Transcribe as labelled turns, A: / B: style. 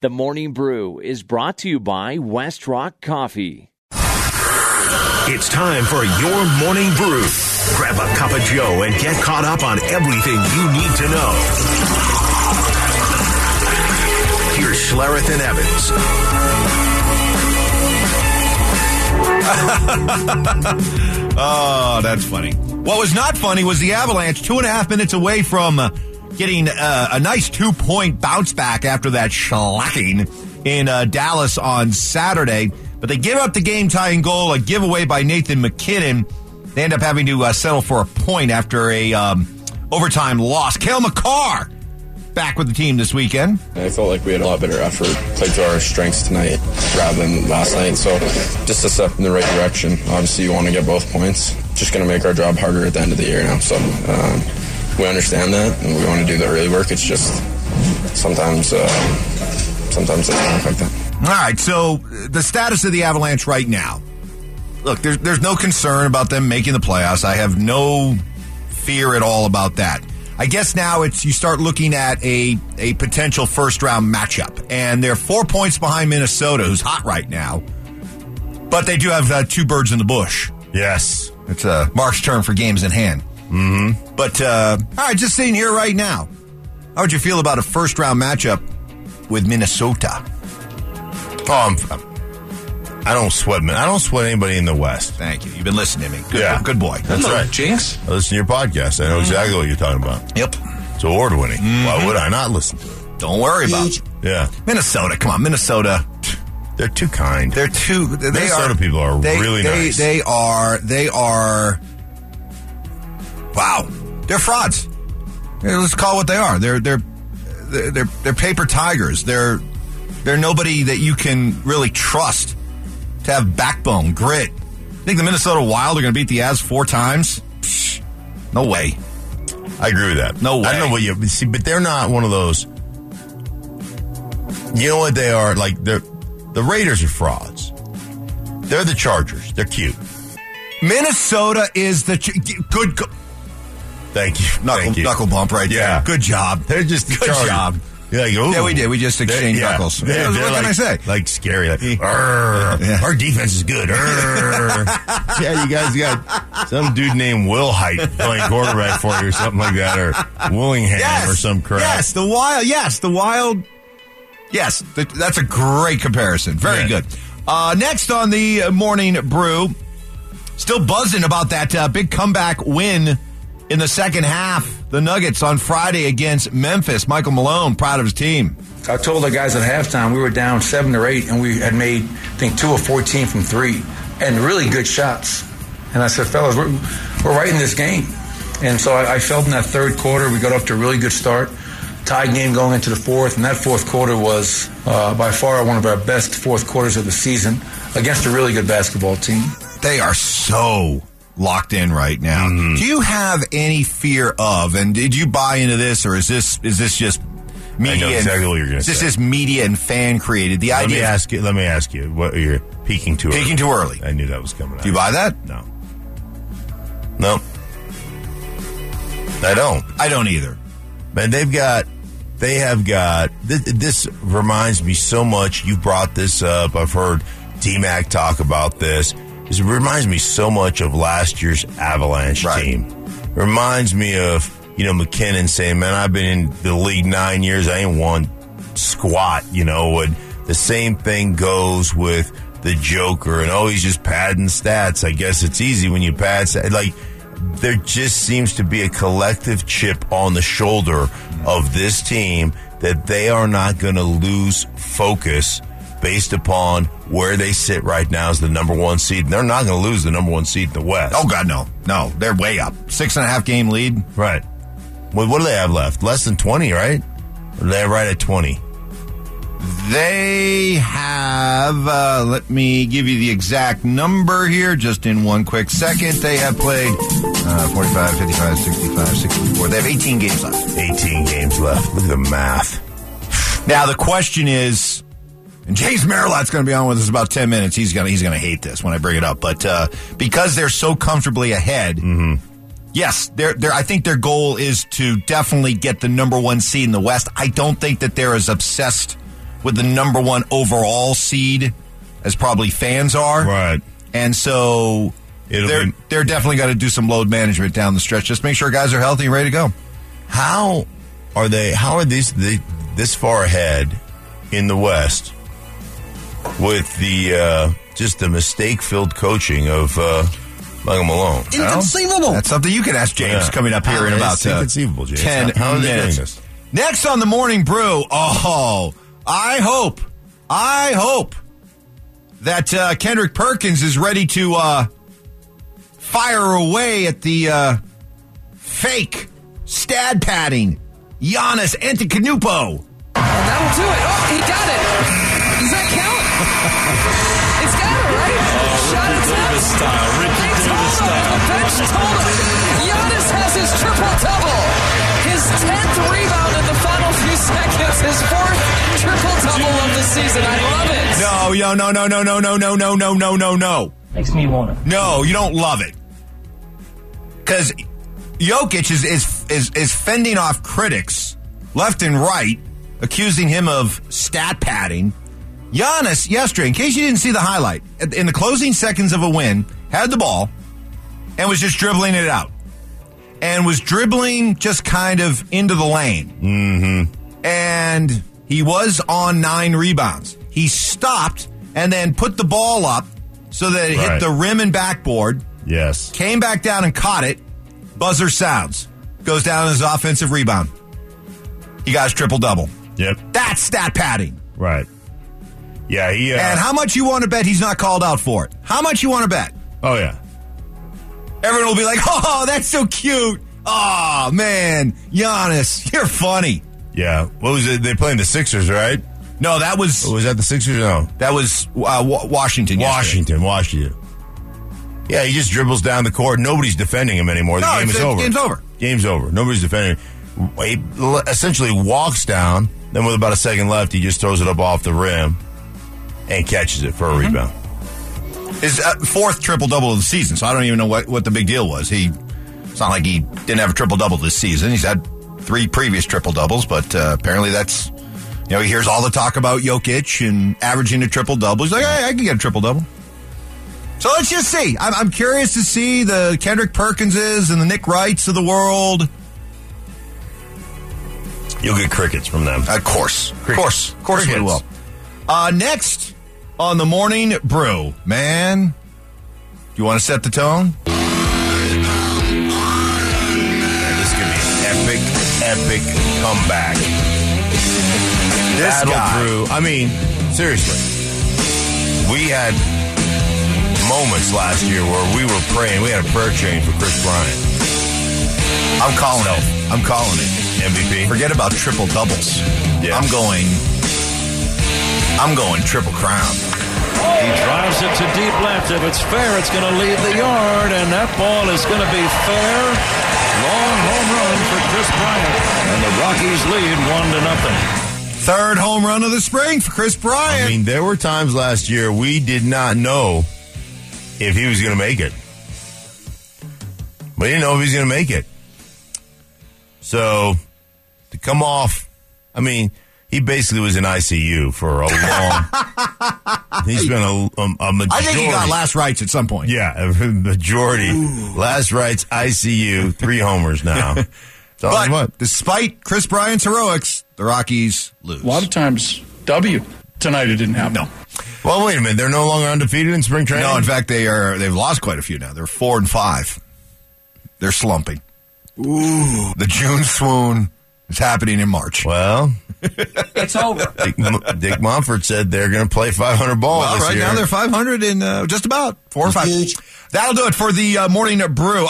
A: The Morning Brew is brought to you by West Rock Coffee.
B: It's time for your morning brew. Grab a cup of Joe and get caught up on everything you need to know. Here's Schlereth and Evans.
C: Oh, that's funny. What was not funny was the Avalanche, two and a half minutes away from uh, getting uh, a nice two point bounce back after that shellacking in uh, Dallas on Saturday. But they give up the game tying goal, a giveaway by Nathan McKinnon. They end up having to uh, settle for a point after a um, overtime loss. Kale McCarr back with the team this weekend.
D: I felt like we had a lot better effort, played to our strengths tonight rather than last night. So just a step in the right direction. Obviously, you want to get both points. Just going to make our job harder at the end of the year now. So um, we understand that and we want to do the early work. It's just sometimes, uh, sometimes it doesn't work like that.
C: All right, so uh, the status of the Avalanche right now. Look, there's there's no concern about them making the playoffs. I have no fear at all about that. I guess now it's you start looking at a a potential first round matchup, and they're four points behind Minnesota, who's hot right now. But they do have uh, two birds in the bush.
E: Yes.
C: It's uh, Mark's turn for games in hand. Mm-hmm. But uh, all right, just sitting here right now, how would you feel about a first round matchup with Minnesota?
E: Oh, I'm, I'm- I don't sweat. Man. I don't sweat anybody in the West.
C: Thank you. You've been listening to me. Good,
E: Yeah.
C: good boy.
E: That's right.
F: Jinx.
E: I listen to your podcast. I know exactly what you're talking about.
C: Mm. Yep. Mm-hmm.
E: It's award winning. Why would I not listen to it?
C: Don't worry about it.
E: Yeah.
C: Minnesota. Come on, Minnesota.
E: They're too kind.
C: They're too. They
E: Minnesota
C: are,
E: people are
C: they,
E: really
C: they,
E: nice.
C: They are. They are. Wow, they're frauds. Yeah, Let's call it what they are. They're they're they're they're, they're paper tigers. They're they're nobody that you can really trust to have backbone, grit. Think the Minnesota Wild are going to beat the Avs four times? Psh, no way.
E: I agree with that.
C: No
E: I
C: way.
E: don't know what you see, but they're not one of those. You know what they are like? They're the Raiders are frauds. They're the Chargers. They're cute.
C: Minnesota is the ch- good go-
E: Thank you.
C: knuckle
E: Thank you.
C: knuckle bump right
E: Yeah.
C: there. Good job.
E: They're just the
C: Good
E: Chargers.
C: job.
E: Yeah, like, ooh.
C: Yeah, we did. We just exchanged
E: They're- yeah.
C: knuckles.
E: They're-
C: Yeah,
E: they're
C: what can
E: like-
C: I say?
E: Like scary. Like, "Arr,
C: Yeah.
E: Our defense is good. Arr." yeah, you guys got some dude named Will Height playing quarterback for you or something like that, or Willingham or some crap.
C: Yes, the wild. Yes, the wild. Yes, th- that's a great comparison. Very
E: Yeah.
C: good. Uh, next on the morning brew, still buzzing about that uh, big comeback win in the second half. The Nuggets on Friday against Memphis. Michael Malone, proud of his team.
F: I told the guys at halftime we were down seven or eight, and we had made I think two or fourteen from three, and really good shots. And I said, fellas, we're, we're right in this game. And so I, I felt in that third quarter we got off to a really good start, tied game going into the fourth, and that fourth quarter was uh, by far one of our best fourth quarters of the season against a really good basketball team.
C: They are so locked in right now.
E: Mm-hmm.
C: Do you have any fear of? And did you buy into this, or is this is this just media? and-
E: exactly what you're gonna
C: is this
E: say.
C: is media and fan created. The
E: Let me
C: idea of
E: ask you. Let me ask you. What you're peeking too?
C: Peeking too early.
E: I knew that was coming.
C: Do you buy that?
E: No. No. I don't.
C: I don't either.
E: And they've got, they have got, th- this reminds me so much. You brought this up. I've heard DMAC talk about this. This reminds me so much of last year's Avalanche
C: Right.
E: team. Reminds me of, you know, McKinnon saying, man, I've been in the league nine years. I ain't won squat, you know, and the same thing goes with the Joker and oh, he's just padding stats. I guess it's easy when you pad stats. Like, there just seems to be a collective chip on the shoulder of this team that they are not going to lose focus based upon where they sit right now as the number one seed. And they're not going to lose the number one seed in the West.
C: Oh God, no, no, they're way up. Six and a half game lead.
E: right. Well, what do they have left? Less than 20, right? Or they're right at 20.
C: They have. Uh, let me give you the exact number here, just in one quick second. They have played uh, 45, 55, 65, 64. They have 18 games left.
E: 18 games left. Look at the math.
C: Now the question is, and James Merrillat's going to be on with us in about ten minutes. He's going to he's going to hate this when I bring it up, but uh, because they're so comfortably ahead, yes, they're, they're, I think their goal is to definitely get the number one seed in the West. I don't think that they're as obsessed with the number one overall seed, as probably fans are.
E: Right.
C: And so
E: It'll
C: they're
E: be-
C: they're definitely got to do some load management down the stretch. Just make sure guys are healthy and ready to go.
E: How are they? How are these the, this far ahead in the West with the uh, just the mistake-filled coaching of uh, Michael Malone?
C: Inconceivable. That's something you can ask James
E: Yeah.
C: coming up here in about
E: It's
C: uh,
E: inconceivable, James.
C: ten
E: How- how are they doing
C: minutes.
E: this?
C: Next on the morning brew. Oh, I hope, I hope that uh, Kendrick Perkins is ready to uh, fire away at the uh, fake stad padding Giannis Antetokounmpo.
G: And that'll do it. Oh, he got it. Does that count? It's got it, right? Shot is up.
H: Oh, style. Ricky
G: They told him.
H: Davis
G: The bench
H: style.
G: told him. Giannis has his triple-double. His 10th rebound in the final few seconds. His fourth triple-double of the season. I love it.
C: No, yo, no, no, no, no, no, no, no, no, no, no, no.
I: Makes me want to.
C: No, you don't love it. Because Jokic is, is is is fending off critics left and right, accusing him of stat padding. Giannis yesterday, in case you didn't see the highlight, at- in the closing seconds of a win, had the ball and was just dribbling it out, and was dribbling just kind of into the lane. Mm-hmm. And he was on nine rebounds. He stopped and then put the ball up so that it hit
E: Right.
C: the rim and backboard
E: Yes.
C: came back down and caught it. Buzzer sounds. Goes down as offensive rebound. He got his triple double.
E: Yep.
C: That's stat padding.
E: Right. Yeah. He. Uh,
C: And how much you want to bet he's not called out for it? How much you want to bet?
E: oh yeah.
C: Everyone will be like, oh, that's so cute. Oh, man. Giannis, you're funny.
E: Yeah. What was it? They playing the Sixers, right?
C: No, that was
E: Was that the Sixers? No.
C: that was uh, Wa- Washington. yesterday.
E: Washington, Washington. Yeah, he just dribbles down the court. Nobody's defending him anymore. The
C: No,
E: game
C: it's-
E: is
C: it's-
E: over.
C: game's over.
E: Game's over. Nobody's defending. him. He l- essentially walks down. Then with about a second left, he just throws it up off the rim and catches it for a rebound.
C: Mm-hmm. His uh, fourth triple double of the season, so I don't even know what, what the big deal was. He it's not like he didn't have a triple double this season. He's had three previous triple doubles, but uh, apparently that's you know he hears all the talk about Jokic and averaging a triple double. He's like, hey, I can get a triple double. So let's just see. I'm, I'm curious to see the Kendrick Perkinses and the Nick Wrights of the world.
E: You'll get crickets from them.
C: Of course. Of course. Of course we
E: Crickets.
C: will. Uh, next on the morning brew, man. Do you want to set the tone?
E: This could be an epic, epic comeback.
C: This
E: Battle
C: guy.
E: through. I mean, seriously, we had moments last year where we were praying. We had a prayer chain for Chris Bryant,
C: I'm calling it. I'm calling it.
E: MVP.
C: Forget about triple doubles.
E: Yeah.
C: I'm going. I'm going triple crown.
H: He drives it to deep left. If it's fair, it's going to leave the yard, and that ball is going to be fair. Long home run for Chris Bryant, and the Rockies lead one to nothing.
C: Third home run of the spring for Chris Bryant.
E: I mean, there were times last year we did not know if he was going to make it. We didn't know if he was going to make it. So to come off, I mean, he basically was in ICU for a long. he's been a, a, a majority.
C: I think he got last rights at some point.
E: Yeah, a majority. Last rights ICU, three homers now. So
C: But
E: what?
C: despite Chris Bryant's heroics, the Rockies lose.
J: A lot of times, W. Tonight it didn't happen.
C: No,
E: Well, wait a minute. They're no longer undefeated in spring training.
C: no. In fact, they are. They've lost quite a few now. They're four and five. They're slumping. Ooh, the June swoon is happening in March.
E: well,
I: It's over.
E: Dick, M- Dick Montfort said they're going to play 500 ball
C: Well,
E: this
C: right
E: year.
C: now they're 500 and uh, just about four or five. That'll do it for the uh, morning brew.